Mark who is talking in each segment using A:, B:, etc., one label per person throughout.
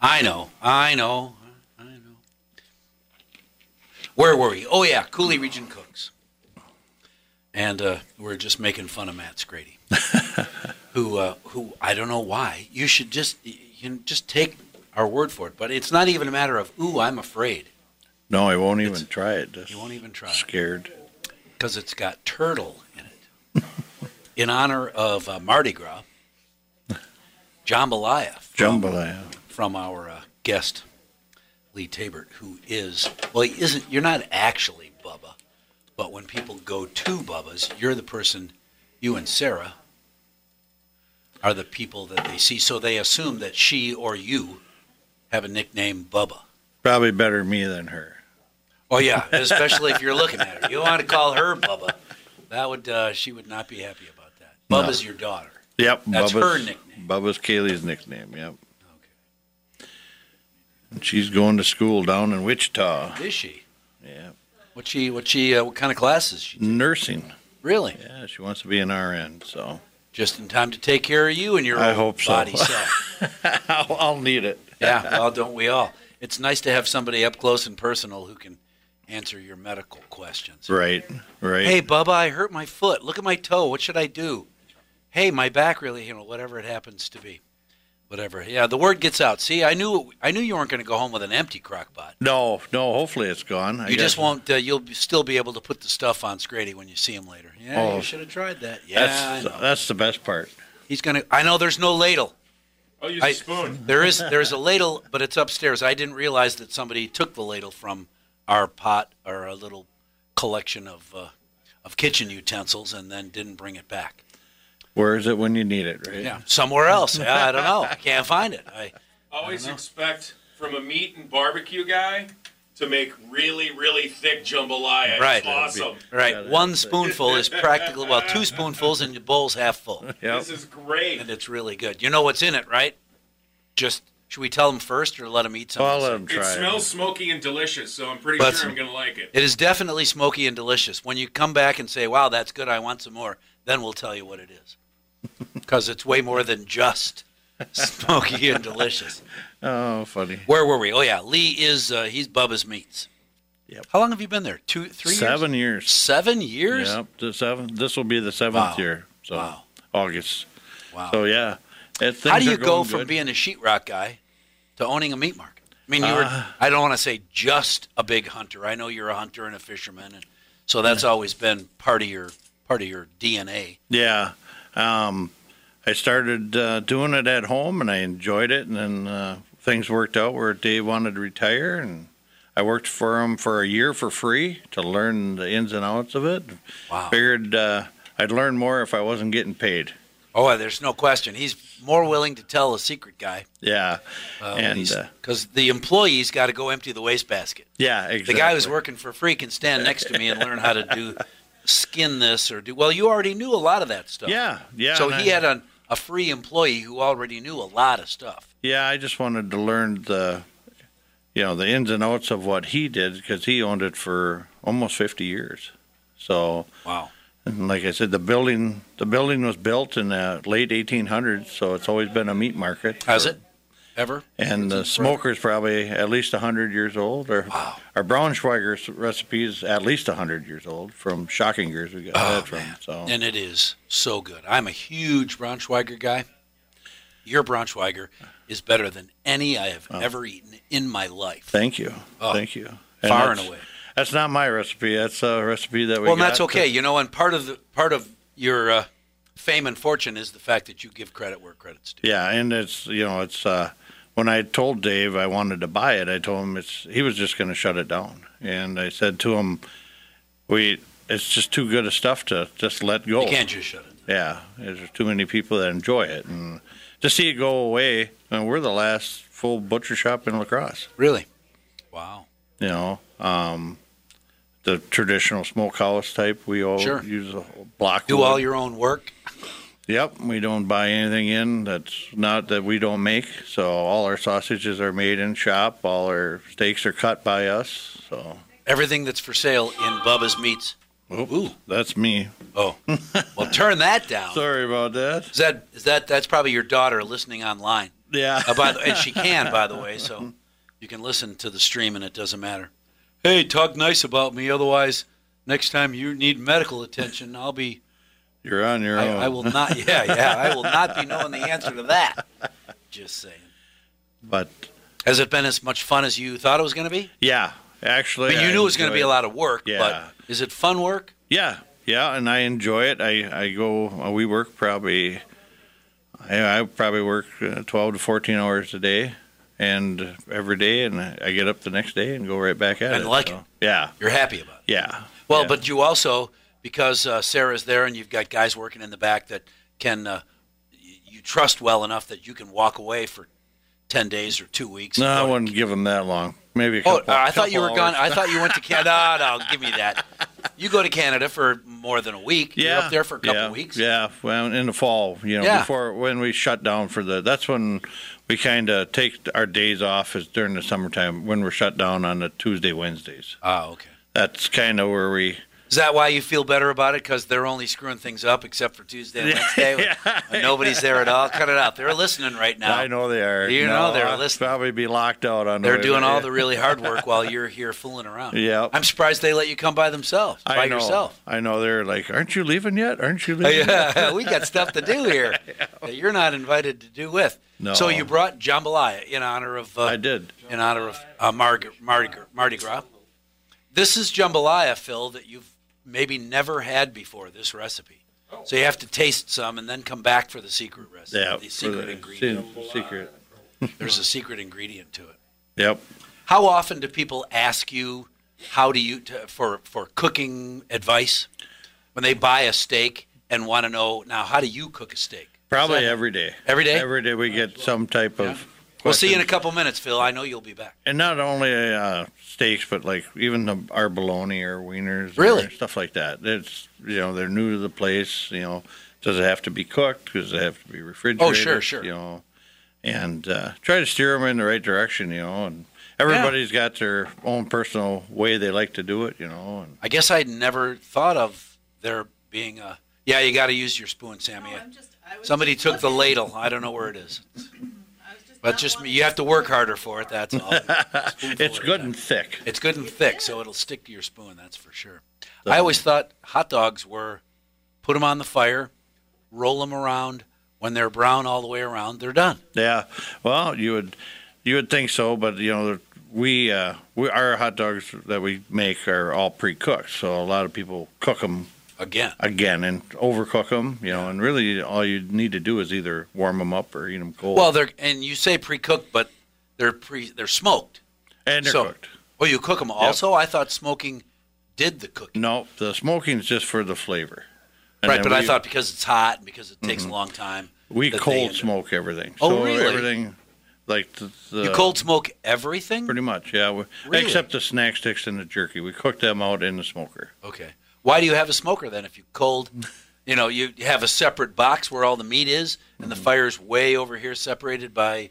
A: I know, I know, I know. Where were we? Oh yeah, Cooley Region Cooks, and uh, we're just making fun of Matt Scrady, who uh, who I don't know why. You should just you know, just take our word for it. But it's not even a matter of ooh, I'm afraid
B: No, I won't even try it. Just
A: You won't even try.
B: Scared.
A: because it's got turtle in it. in honor of uh, Mardi Gras, jambalaya
B: Jambalaya.
A: from our uh, guest, Lee Tabert, who is, well, he isn't, you're not actually Bubba, but when people go to Bubba's, you're the person, you and Sarah are the people that they see. So they assume that she or you have a nickname Bubba.
B: Probably better me than her.
A: Oh, yeah, especially if you're looking at her. You want to call her Bubba. That would, uh, she would not be happy about that. Bubba's your daughter.
B: Yep.
A: That's her
B: Bubba's,
A: nickname.
B: Bubba's Kaylee's nickname. Yep.
A: Okay.
B: And she's going to school down in Wichita.
A: Is she?
B: Yeah.
A: What she, what she, uh, what kind of classes she?
B: Nursing.
A: Really?
B: Yeah, she wants to be an RN. So
A: just in time to take care of you and your
B: I
A: own
B: hope so.
A: body self.
B: I'll, I'll need it.
A: Yeah, well, don't we all? It's nice to have somebody up close and personal who can answer your medical questions.
B: Right. Right.
A: Hey, Bubba, I hurt my foot. Look at my toe. What should I do? Hey, my back really, you know, whatever it happens to be, whatever. Yeah, the word gets out. See, I knew, I knew you weren't going to go home with an empty crock pot.
B: No, no. Hopefully it's gone. I
A: You just
B: guess-
A: won't. Uh, you'll be- still be able to put the stuff on Scrady when you see him later. Yeah,
B: Oh.
A: you should have tried that. Yeah,
B: That's
A: I know.
B: that's the best part.
A: he's gonna. I know there's no ladle.
C: I'll use
A: I-
C: a spoon.
A: There is there is a ladle, but it's upstairs. I didn't realize that somebody took the ladle from our pot or a little collection of uh, of kitchen utensils and then didn't bring it back.
B: Where is it when you need it? Right.
A: Yeah, somewhere else. Yeah, I don't know. I can't find it. I,
C: Always expect from a meat and barbecue guy to make really, really thick jambalaya.
A: right,
C: It's awesome.
A: right. One spoonful is practical. Well, two spoonfuls and your bowl's half full,
B: Yep.
C: This is great.
A: and it's really good. You know what's in it, right? Just should we tell them first or let them eat some?
B: Well,
A: of
B: um, I'll
A: this?
B: let 'em
C: It
B: try
C: smells smoky and delicious, so I'm pretty
A: But-
C: sure I'm going to like it.
A: It is definitely smoky and delicious. When you come back and say, "Wow, that's good. I want some more," then we'll tell you what it is, because it's way more than just smoky and delicious.
B: Oh, funny.
A: Where were we? Oh yeah, Lee is uh, he's Bubba's Meats.
B: Yep.
A: How long have you been there? Two, three,
B: Seven
A: years?
B: years.
A: seven years.
B: Yep. The seventh. This will be the seventh
A: Wow.
B: year. So
A: Wow.
B: August.
A: Wow.
B: So yeah. It,
A: How do
B: things are
A: you go
B: going
A: from
B: good.
A: being a sheetrock guy to owning a meat market? I mean, you were,
B: Uh.
A: I don't want to say just a big hunter. I know you're a hunter and a fisherman, and so that's always been part of your part of your DNA.
B: Yeah. Um, I started uh, doing it at home and I enjoyed it. And then uh, things worked out where Dave wanted to retire. And I worked for him for a year for free to learn the ins and outs of it.
A: Wow.
B: Figured uh, I'd learn more if I wasn't getting paid.
A: Oh, there's no question. He's more willing to tell a secret guy
B: Yeah. and uh,
A: because the employee's got to go empty the wastebasket.
B: yeah,
A: The
B: exactly.
A: guy who's working for free can stand next to me and learn how to do skin this or do. Well, you already knew a lot of that stuff.
B: Yeah. Yeah.
A: So
B: and
A: he
B: I-
A: had a, a free employee who already knew a lot of stuff.
B: Yeah, I just wanted to learn the, you know, the ins and outs of what he did because he owned it for almost 50 years. So,
A: Wow.
B: and like I said, the building the building was built in the late 1800s, so it's always been a meat market.
A: Has it ever?
B: And the smoker's probably at least 100 years old. Or
A: Wow.
B: our Braunschweiger's recipe is at least 100 years old from Schockinger's. We got that from. So
A: Oh, And it is so good. I'm a huge Braunschweiger guy. Your Braunschweiger is better than any I have ever eaten in my life.
B: thank you,
A: Oh,
B: thank you.
A: far and
B: that's-
A: away.
B: That's not my recipe. That's a recipe that we.
A: well, and that's
B: got.
A: okay. You know, and part of the part of your uh, fame and fortune is the fact that you give credit where credit's due.
B: Yeah, and it's you know it's uh, when I told Dave I wanted to buy it, I told him it's he was just going to shut it down, and I said to him, we it's just too good of stuff to just let go.
A: You can't just shut it.
B: Yeah, there's too many people that enjoy it, and to see it go away, and we're the last full butcher shop in Lacrosse.
A: Really? Wow.
B: You know, um, the traditional smokehouse type. We all
A: Sure.
B: use a whole block.
A: Do
B: wood.
A: all your own work.
B: Yep, we don't buy anything in that's not that we don't make. So all our sausages are made in shop. All our steaks are cut by us. So
A: Everything that's for sale in Bubba's Meats. Oh, Ooh.
B: that's me.
A: Oh. Well, turn that down.
B: Sorry about that.
A: Is that is that that's probably your daughter listening online?
B: Yeah.
A: Uh, by the, and she can, by the way, so you can listen to the stream and it doesn't matter. Hey, talk nice about me, otherwise, next time you need medical attention, I'll be.
B: You're on your
A: I,
B: own.
A: I will not. Yeah, yeah, I will not be knowing the answer to that. Just saying.
B: But
A: Has it been as much fun as you thought it was going to be?
B: Oh, yeah,
A: I
B: actually,
A: mean, you knew it was going to
B: enjoy
A: be a lot of work,
B: Yeah.
A: but is it fun work?
B: Yeah, yeah, and I enjoy it. I I go. uh, We work probably. I, I probably work uh, twelve to fourteen hours a day, and every day, and I I get up the next day and go right back at
A: And
B: it.
A: like
B: so-
A: it.
B: Yeah,
A: You're happy about it.
B: yeah.
A: Well,
B: yeah.
A: but you also because uh, Sarah's there and you've got guys working in the back that can uh, y- you trust well enough that you can walk away for ten days or two weeks.
B: No,
A: and
B: I
A: go-
B: wouldn't give them that long. Maybe a
A: Oh,
B: couple.
A: uh, I thought you were
B: couple
A: gone.
B: hours.
A: I thought you went to Canada. No, no, give me that. You go to Canada for more than a week. You're up there for a couple
B: yeah,
A: weeks.
B: Yeah, well, in the fall, you know,
A: Yeah.
B: before when we shut down for the. That's when we kind of take our days off is during the summertime when we're shut down on the Tuesday, Wednesdays.
A: Oh, okay.
B: That's kind of where we.
A: Is that why you feel better about it? Because they're only screwing things up except for Tuesday and Wednesday when, when nobody's there at all. Cut it out. They're listening right now.
B: I know they are.
A: You know they're
B: I'll
A: listening.
B: Probably be locked out on. the
A: They're
B: way
A: doing
B: back.
A: all the really hard work while you're here fooling around.
B: Yeah.
A: I'm surprised they let you come by themselves,
B: I
A: by
B: know.
A: yourself.
B: I know they're like, aren't you leaving yet? Aren't you leaving? yet?"
A: Yeah, we got stuff to do here that you're not invited to do with.
B: No.
A: So you brought jambalaya in honor of uh,
B: I did.
A: in honor of uh, Mardi, Mardi, Gras- Mardi Gras. This is jambalaya, Phil, that you've maybe never had before. This recipe. So you have to taste some and then come back for the secret recipe.
B: Yeah.
A: the
B: for
A: secret
B: the
A: ingredient.
B: sin- Secret.
A: There's a secret ingredient to it.
B: Yep.
A: How often do people ask you how do you to, for for cooking advice when they buy a steak and want to know now how do you cook a steak?
B: Probably
A: So-
B: every day.
A: Every day?
B: Every day we get some type of.
A: We'll see you in a
B: question.
A: couple minutes, Phil. I know you'll be back.
B: and not only uh, steaks, but like even the, our bologna or wieners,
A: Really?
B: or stuff like that. It's you know they're new to the place. You know, does it have to be cooked? Does it have to be refrigerated?
A: Oh, sure.
B: You know, and uh, try to steer them in the right direction. You know, and everybody's got their own personal way they like to do it. You know, and
A: I guess I'd never thought of there being a yeah. You got to use your spoon, Sammy.
D: No, I'm just- I was
A: Somebody
D: just
A: took the
D: looking.
A: ladle. I don't know where it is,
D: I was just
A: but
D: not
A: just
D: wanting
A: you have to work harder for it. That's all.
B: it's good and thick.
A: It's good and thick, so it'll stick to your spoon. That's for sure. I always thought hot dogs were put them on the fire, roll them around. When they're brown all the way around, they're done.
B: Yeah. Well, you would you would think so, but you know we uh, we our hot dogs that we make are all pre cooked, so a lot of people cook them
A: Again,
B: again and overcook them. You know, and really all you need to do is either warm them up or eat them cold.
A: well, they're and you say pre-cooked, but they're pre they're smoked.
B: and they're
A: so-
B: cooked.
A: Oh, you cook them also. I thought smoking did the cooking.
B: No, the smoking's just for the flavor. And
A: Right,
B: then
A: but I
B: we- Mm-hmm.
A: thought because it's hot and because it takes a long time.
B: we
A: that they
B: cold
A: end up-
B: smoke everything.
A: Oh,
B: so
A: really?
B: Everything like the, the
A: You cold smoke everything?
B: pretty much, yeah. we-
A: Really?
B: Except the snack sticks and the jerky, we cook them out in the smoker.
A: Okay. Why do you have a smoker then if you cold? You know, you have a separate box where all the meat is, and
B: Mm-hmm.
A: the fire's way over here, separated by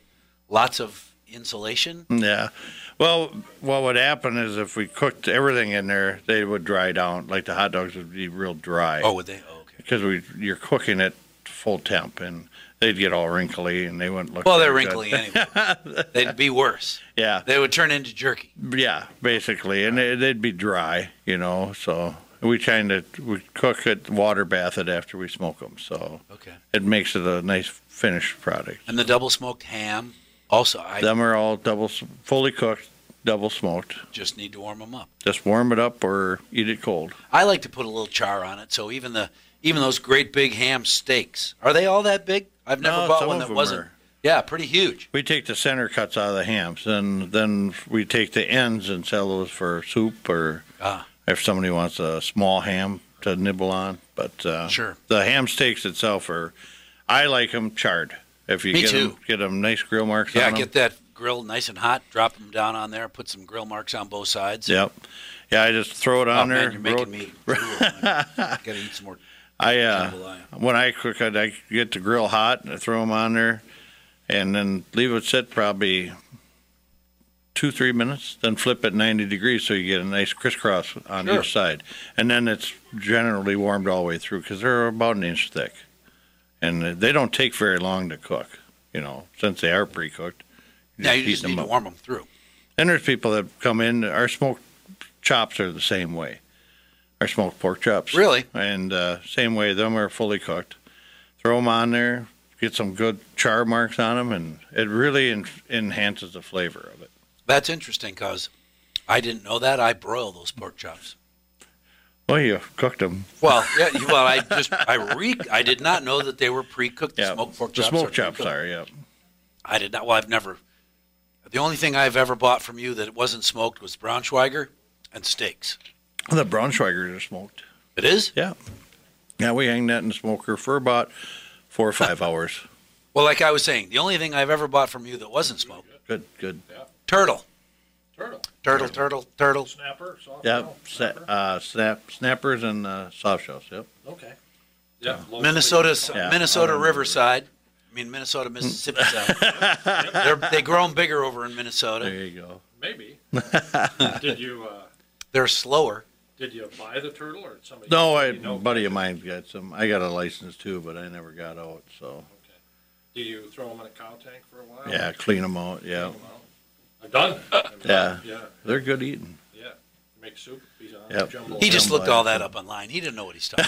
A: lots of insulation.
B: Yeah. Well, what would happen is if we cooked everything in there, they would dry down. Like the hot dogs would be real dry.
A: Oh, would they? Oh, okay.
B: Because we you're cooking it full temp, and they'd get all wrinkly, and they wouldn't look.
A: Well, they're
B: very good.
A: wrinkly anyway. They'd be worse.
B: Yeah.
A: They would turn into jerky.
B: Yeah. Basically, and they, they'd be dry. You know. So we kind of we cook it, water bath it after we smoke them. So
A: Okay.
B: it makes it a nice finished product.
A: And the double smoked ham. Also, I
B: Them are all double, s- fully cooked, double smoked.
A: just need to warm them up.
B: Just warm it up or eat it cold.
A: I like to put a little char on it, so even the Even those great big ham steaks. Are they all that big? I've never
B: No,
A: bought
B: some
A: one
B: of
A: that
B: them
A: wasn't.
B: are.
A: Yeah, pretty huge.
B: We take the center cuts out of the hams, and then we take the ends and sell those for soup or
A: Ah.
B: if somebody wants a small ham to nibble on. But uh,
A: Sure.
B: the ham steaks itself are, I like them charred. If you
A: Me
B: get
A: too.
B: them, get them nice grill marks.
A: Yeah,
B: on 'em.
A: get that grill nice and hot. Drop them down on there. Put some grill marks on both sides.
B: Yep. Yeah, I just throw it
A: Oh
B: on there.
A: man, you're making
B: roll-
A: me. drool. I Gotta eat some more.
B: I uh,
A: Jambalaya.
B: when I cook it, I get the grill hot and I throw them on there, and then leave it sit probably two three minutes. Then flip it ninety degrees so you get a nice crisscross on
A: Sure.
B: each side, and then it's generally warmed all the way through because they're about an inch thick, and they don't take very long to cook. You know, since they are pre-cooked.
A: Yeah, you
B: heat
A: just need
B: them
A: to
B: up.
A: warm them through.
B: And there's people that come in. Our smoked chops are the same way. Our smoked pork chops,
A: Really?
B: and uh, same way. Them are fully cooked. Throw them on there. Get some good char marks on them, and it really en- enhances the flavor of it.
A: That's interesting because I didn't know that. I broil those pork chops.
B: Well, you cooked them.
A: Well, yeah. you- Well, I just I re I did not know that they were pre-cooked.
B: Yeah,
A: The smoked pork
B: the
A: chops.
B: smoked chops
A: pre-cooked.
B: are. Yeah,
A: I did not. Well, I've never. The only thing I've ever bought from you that wasn't smoked was Braunschweiger and steaks.
B: the Braunschweigers are smoked.
A: It is.
B: Yeah, yeah. We hang that in the smoker for about four or five hours.
A: Well, like I was saying, the only thing I've ever bought from you that wasn't smoked
B: Good, good.
A: turtle,
C: Turtle.
A: turtle, turtle, turtle.
C: Snapper. Soft
B: Yeah, sa- uh, snap snappers and uh, soft shells. Yep.
C: Okay. Yeah. low
A: Minnesota,
B: Yeah. Um,
A: Minnesota Riverside. I mean Minnesota, Mississippi side. They're, they grow them bigger over in
B: There
A: Minnesota.
B: you go.
C: flavor. Maybe. did you uh,
A: They're slower.
C: did you buy the turtle or did somebody?
B: No, I,
C: you know,
B: buddy of mine got some. I got a license too, but I never got out. So
C: Do you throw them in a cow tank for a while?
B: yeah, clean them out. Yeah,
C: I'm done. I'm
B: yeah,
C: done. Yeah.
B: they're good eating.
C: Yeah. Make soup. He's on.
B: Yep.
C: Jumble
A: He just
B: Jambalaya.
A: looked all that up online. He didn't know what he's talking,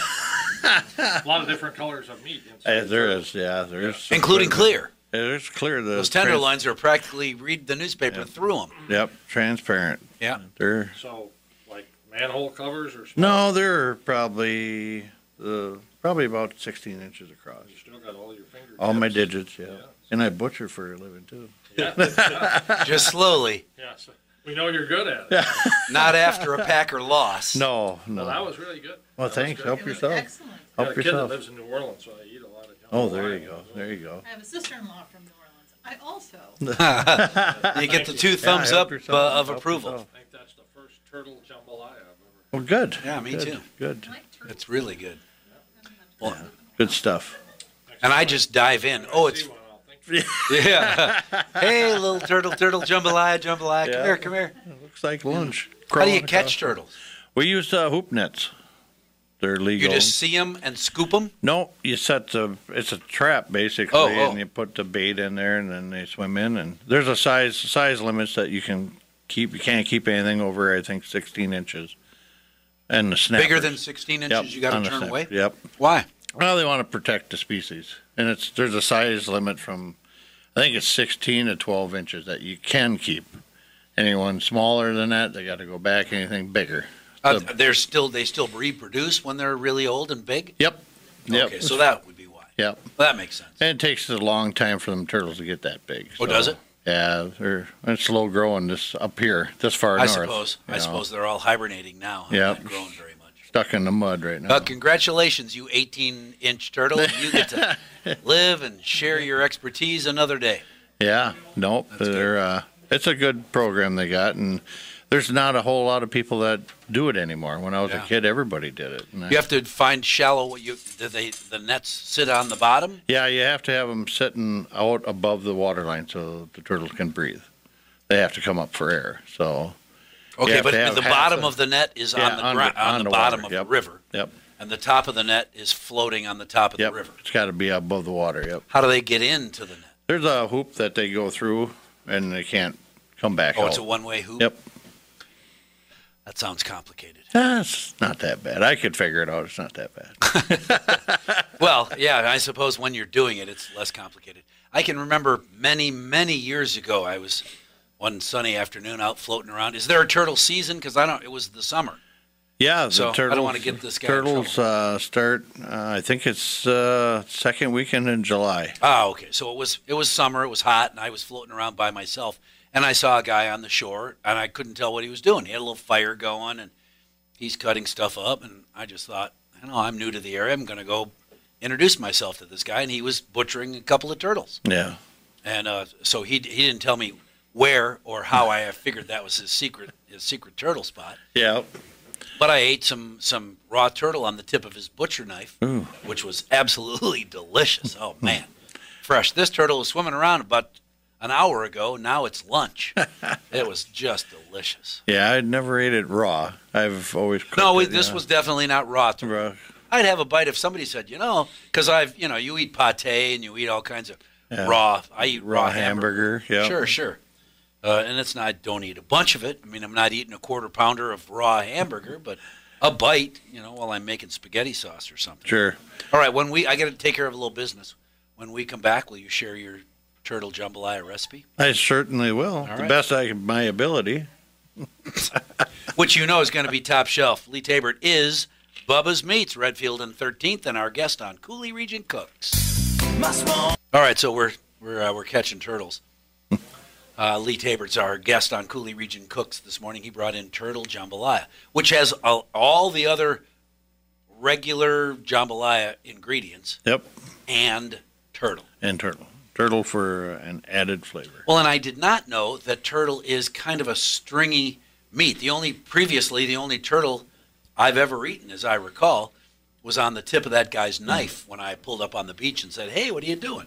A: about,
C: a lot of different colors of meat. inside
B: Uh,
C: the
B: there
C: turtle.
B: is, yeah, there is.
A: including clear.
B: There's clear. The
A: Those
B: trans-
A: tenderloins are practically read the newspaper through them.
B: Yep, transparent.
A: Yeah.
B: They're
C: So, like manhole covers or something?
B: no, they're probably uh, probably about 16 inches across.
C: You still got all your fingers.
B: All my digits, yeah. And I butcher for a living too.
C: Yeah, yeah,
A: Just slowly,
C: yeah, so we know you're good at it.
A: not after a Packer loss.
B: No, no.
C: Well, that was really good.
B: Well,
C: that was
B: thanks.
C: good.
B: Help
D: It was
B: yourself.
D: excellent.
C: I got
B: Help
C: a kid that
B: yourself.
C: lives in New Orleans, so I eat a lot of.
B: Oh, there you go. There you go.
D: I have a sister-in-law from New Orleans. I also.
A: You get the two
B: Yeah,
A: thumbs
B: help
A: up uh,
B: yourself,
A: of
B: help
A: approval.
B: yourself.
C: I think that's the first turtle jambalaya I've
B: Well, good.
A: Yeah, me
B: Good,
A: too.
B: Good.
D: like turtles.
A: That's really good. Well,
B: Good stuff.
C: ever.
A: and I just dive in. Oh, it's yeah. Hey, little turtle, turtle, jambalaya, jambalaya. Come
B: Yeah.
A: here, come here.
B: Looks like lunch.
A: How do you catch turtles?
B: We use uh, hoop nets. They're
A: You
B: legal.
A: just see them and scoop them.
B: no, you set the. It's a trap basically,
A: Oh, oh.
B: and you put the bait in there, and then they swim in. And there's a size size limits that you can keep. You can't keep anything over, I think, 16 inches. And the snappers.
A: Bigger than 16
B: Yep,
A: inches, you got
B: on
A: to
B: the
A: turn
B: snap-
A: away.
B: Yep.
A: Why?
B: Well, they want to protect the species, and it's there's a size limit from, I think it's 16 to 12 inches that you can keep. Anyone smaller than that, they got to go back. Anything bigger.
A: Uh,
B: The-
A: they're still they still reproduce when they're really old and big.
B: Yep. Yep.
A: Okay, so that would be why.
B: Yep.
A: Well, that makes sense.
B: And it takes a long time for them turtles to get that big.
A: Oh, does it?
B: Yeah, they're it's slow growing this up here, this far
A: I
B: north.
A: suppose.
B: you
A: I
B: know,
A: suppose they're all hibernating now.
B: Yep.
A: Not grown very much.
B: Stuck in the mud right now.
A: Uh, congratulations, you 18-inch turtle. You get to live and share your expertise another day.
B: Yeah, nope.
A: good.
B: They're uh, it's a good program they got, and there's not a whole lot of people that do it anymore. When I was
A: Yeah.
B: a kid, everybody did it. and I-
A: You have to find shallow. You do they the nets sit on the bottom?
B: Yeah, you have to have them sitting out above the water line so the turtles can breathe. They have to come up for air. So,
A: Okay,
B: have
A: but
B: to have
A: the
B: half
A: bottom
B: a-
A: of the net is
B: Yeah,
A: on the
B: on
A: gro-
B: the-
A: on,
B: on
A: the,
B: the
A: bottom
B: water,
A: of
B: yep.
A: the river,
B: yep,
A: and the top of the net is floating on the top of
B: yep,
A: the river.
B: it's got to be above the water. Yep.
A: How do they get into the net?
B: There's a hoop that they go through, and they can't come back
A: Oh,
B: out.
A: it's a one-way hoop.
B: Yep.
A: That sounds complicated.
B: That's Ah, not that bad. I could figure it out. It's not that bad.
A: Well, yeah, I suppose when you're doing it, it's less complicated. I can remember many, many years ago, I was one sunny afternoon out floating around. Is there a turtle season? Because I don't. It was the summer,
B: Yeah, the
A: So, I don't
B: turtles.
A: wanna get this guy in
B: turtles
A: trouble.
B: uh, start. Uh, I think it's uh, second weekend in July.
A: Oh, okay. So it was it was summer, it was hot, and I was floating around by myself, and I saw a guy on the shore, and I couldn't tell what he was doing. He had a little fire going, and he's cutting stuff up, and I just thought, I know I'm new to the area. I'm going to go introduce myself to this guy, and he was butchering a couple of turtles,
B: Yeah,
A: and uh, so he he didn't tell me where or how I figured that was his secret his secret turtle spot.
B: yeah.
A: But I ate some some raw turtle on the tip of his butcher knife, which was absolutely delicious. Oh man, fresh! This turtle was swimming around about an hour ago. Now it's lunch. it was just delicious.
B: Yeah, I'd never ate it raw. I've always cooked
A: No,
B: it,
A: wait, this
B: yeah.
A: was definitely not raw turtle.
B: raw.
A: I'd have a bite if somebody said, you know, because I've you know you eat pate and you eat all kinds of raw. I eat raw,
B: raw, hamburger. Yeah,
A: Sure, sure. Uh, and it's not, don't eat a bunch of it. I mean, I'm not eating a quarter pounder of raw hamburger, but a bite, you know, while I'm making spaghetti sauce or something.
B: sure.
A: All right, when we, I got to take care of a little business. When we come back, will you share your turtle jambalaya recipe?
B: I certainly will. the
A: right.
B: best I can, my ability.
A: Which you know is going to be top shelf. Lee Tabert is Bubba's Meats, Redfield and 13th, and our guest on Cooley Region Cooks. All right, so we're, we're, uh, we're catching turtles. Uh, Lee Tabert's our guest on Cooley Region Cooks this morning. He brought in turtle jambalaya, which has all, all the other regular jambalaya ingredients
B: Yep,
A: and turtle.
B: and turtle. Turtle for an added flavor.
A: Well, and I did not know that turtle is kind of a stringy meat. The only previously, the only turtle I've ever eaten, as I recall, was on the tip of that guy's knife when I pulled up on the beach and said, "Hey, what are you doing?"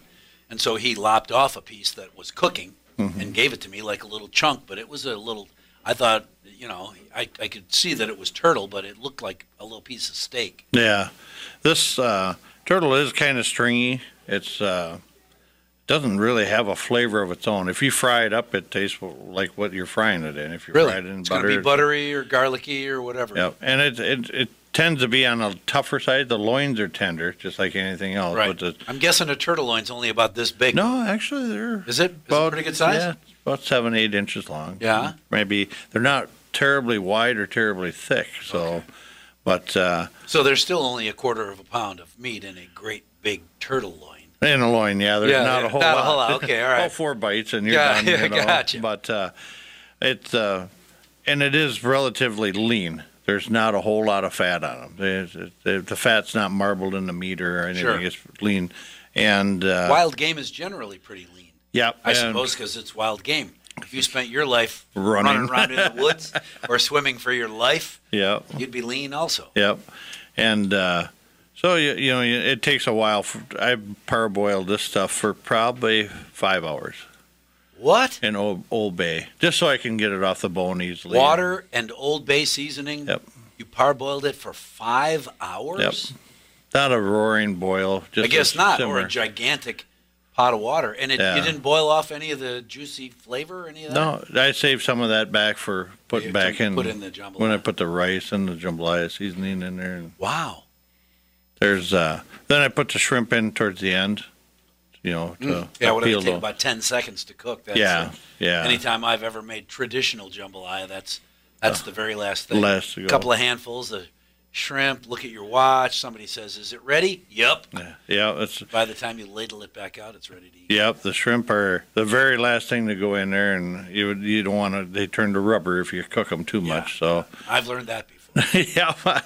A: And so he lopped off a piece that was cooking and gave it to me like a little chunk, but it was a little. I thought, you know, I, I could see that it was turtle, but it looked like a little piece of steak.
B: Yeah, this uh, turtle is kind of stringy. It's uh, doesn't really have a flavor of its own. If you fry it up, it tastes like what you're frying it in. If you fry it in
A: it's going
B: butter,
A: to be buttery or garlicky or whatever.
B: Yeah, and it, it it tends to be on the tougher side. The loins are tender, just like anything else.
A: Right.
B: But the,
A: I'm guessing a turtle loin's only about this big.
B: no, actually, they're
A: Is it? Is it pretty good size?
B: Yeah, it's about seven eight inches long.
A: Yeah.
B: maybe they're not terribly wide or terribly thick. So, but uh,
A: So there's still only a quarter of a pound of meat in a great big turtle loin.
B: in a loin, yeah, there's
A: Yeah,
B: not
A: yeah,
B: a whole
A: not a
B: lot.
A: whole lot. Okay, all
B: All
A: right.
B: four bites and you're
A: Yeah,
B: done. You
A: yeah,
B: know?
A: gotcha.
B: But uh, it's uh, and it is relatively lean. There's not a whole lot of fat on them. The, the fat's not marbled in the meat or anything.
A: Sure.
B: It's lean. And uh,
A: Wild game is generally pretty lean.
B: Yeah,
A: I
B: and-
A: suppose because it's wild game. If you spent your life running,
B: Running.
A: around in the woods or swimming for your life,
B: Yeah,
A: you'd be lean also.
B: yep. And uh, so you, you know, it takes a while. For, I parboiled this stuff for probably five hours
A: What?
B: in Old, Old Bay, just so I can get it off the bone easily.
A: Water and Old Bay seasoning.
B: Yep.
A: You parboiled it for five hours.
B: Not a roaring boil. Just
A: I guess
B: a
A: not, or
B: simmer.
A: a gigantic pot of water, and it, you
B: Yeah.
A: didn't boil off any of the juicy flavor, or any of that.
B: No, I saved some of that back for putting
A: You
B: back
A: can
B: in.
A: put in the jambalaya.
B: When I put the rice and the jambalaya seasoning in there, and
A: Wow.
B: there's uh, then I put the shrimp in towards the end. You know, to
A: Mm-hmm. Mm, Yeah,
B: appeal
A: whatever. Take
B: to-
A: about ten seconds to cook. That's
B: yeah,
A: uh,
B: yeah.
A: Anytime I've ever made traditional jambalaya, that's that's the very last thing.
B: last to go.
A: couple of handfuls of shrimp. Look at your watch. Somebody says, "Is it ready?" Yep.
B: Yeah, it's
A: By the time you ladle it back out, it's ready to eat.
B: yep. The shrimp are the very last thing to go in there, and you would- you don't want to. They turn to rubber if you cook them too much. So
A: I've learned that before.
B: yeah,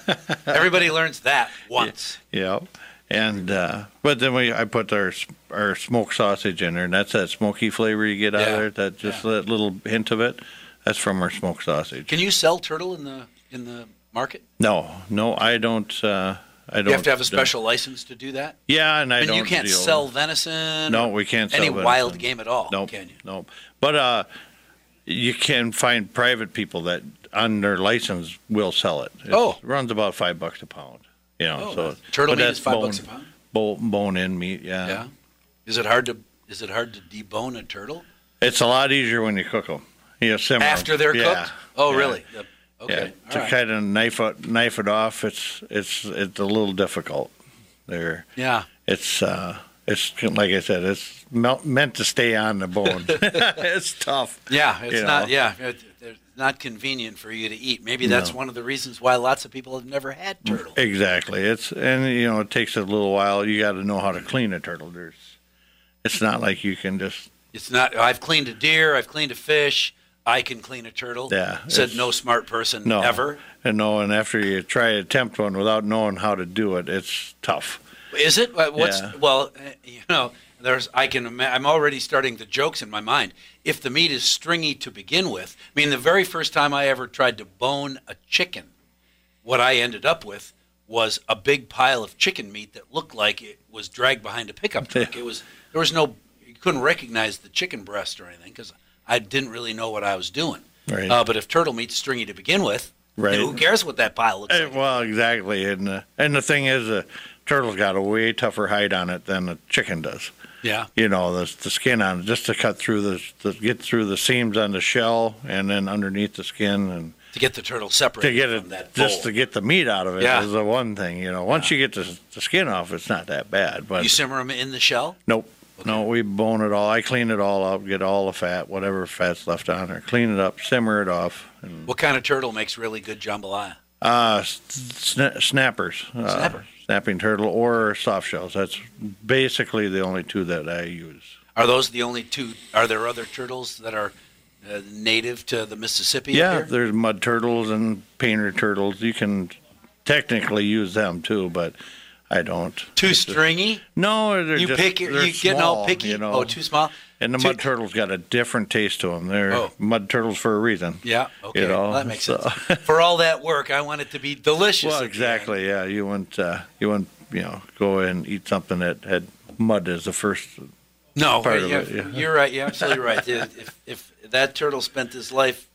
A: Everybody learns that once.
B: yeah. And uh, but then we I put our s- our smoked sausage in there, and that's that smoky flavor you get
A: Yeah,
B: out of there. That just that little hint of it. That's from our smoked sausage.
A: Can you sell turtle in the in the market?
B: No, no, I don't. Uh, I don't.
A: You have to have a
B: do-
A: special license to do that.
B: yeah, and I
A: and
B: don't.
A: you can't
B: deal-
A: sell venison.
B: No,
A: or
B: we can't sell
A: any
B: venison.
A: wild game at all.
B: Nope.
A: Can you?
B: Nope. But uh, you can find private people that on their license will sell it. It
A: Oh.
B: runs about five bucks a pound. You know,
A: Oh,
B: so
A: that's- turtle
B: but
A: meat
B: that's
A: is five
B: bone,
A: bucks a pound?
B: Bone, bone in meat, yeah.
A: Yeah. Is it hard to is it hard to debone a turtle?
B: It's a lot easier when you cook them. You know, simmer 'em.
A: after they're
B: Yeah.
A: cooked. Oh,
B: Yeah.
A: really? The- okay.
B: Yeah.
A: All
B: To
A: right.
B: kind of knife it, knife it off, it's it's it's a little difficult. There,
A: yeah.
B: it's uh, it's like I said, it's mel- meant to stay on the bone. it's tough.
A: Yeah. It's
B: You
A: not.
B: know.
A: Yeah. It- there- not convenient for you to eat. Maybe that's
B: No. Mm.
A: one of the reasons why lots of people have never had turtle.
B: Exactly. It's and you know it takes a little while. You got to know how to clean a turtle. There's, it's not like you can just
A: It's not. I've cleaned a deer. I've cleaned a fish. I can clean a turtle.
B: Yeah,
A: Said
B: it's-
A: no smart person
B: no
A: ever.
B: And no, and after you try to attempt one without knowing how to do it, it's tough.
A: Is it? What- What's
B: Yeah.
A: well? eh, You know, there's. I can. ima- I'm already starting the jokes in my mind. If the meat is stringy to begin with, I mean, the very first time I ever tried to bone a chicken, what I ended up with was a big pile of chicken meat that looked like it was dragged behind a pickup truck. It was. There was no. You couldn't recognize the chicken breast or anything because I didn't really know what I was doing.
B: Right.
A: Uh, but if turtle meat's stringy to begin with,
B: Right.
A: who cares what that pile looks
B: Eh,
A: like?
B: well, exactly. And uh, and the thing is, a turtle's got a way tougher hide on it than a chicken does.
A: yeah.
B: You know, the the skin on it, just to cut through the to get through the seams on the shell and then underneath the skin and
A: To get the turtle
B: to
A: separated
B: get
A: from
B: it
A: that bowl.
B: just to get the meat out of it is
A: Yeah.
B: the one thing. You know, once you get the, the skin off, it's not that bad. But
A: You simmer them in the shell.
B: Nope. No, we bone it all. I clean it all up, get all the fat, whatever fat's left on there, clean it up, simmer it off. And,
A: What kind of turtle makes really good jambalaya?
B: uh, s- sna- snappers. Uh,
A: Snapper.
B: Snapping turtle or soft shells. That's basically the only two that I use.
A: Are those the only two? Are there other turtles that are uh, native to the Mississippi? up
B: Yeah,
A: here?
B: there's mud turtles and painter turtles. You can technically use them too, but I don't.
A: too stringy.
B: No, they're
A: You
B: just,
A: pick. You
B: they're
A: getting all
B: small,
A: picky?
B: You know?
A: oh, too small.
B: And the
A: too-
B: mud turtle's got a different taste to them. They're
A: Oh.
B: mud turtles for a reason.
A: Yeah. Okay.
B: know,
A: well, that makes
B: so-
A: sense. For all that work, I want it to be delicious.
B: Well,
A: at the end.
B: exactly. Yeah, you wouldn't. Uh, you wouldn't. You know, go and eat something that had mud as the first.
A: No,
B: Part of
A: you're,
B: it, yeah.
A: you're right. You're absolutely right. If, if- if that turtle spent his life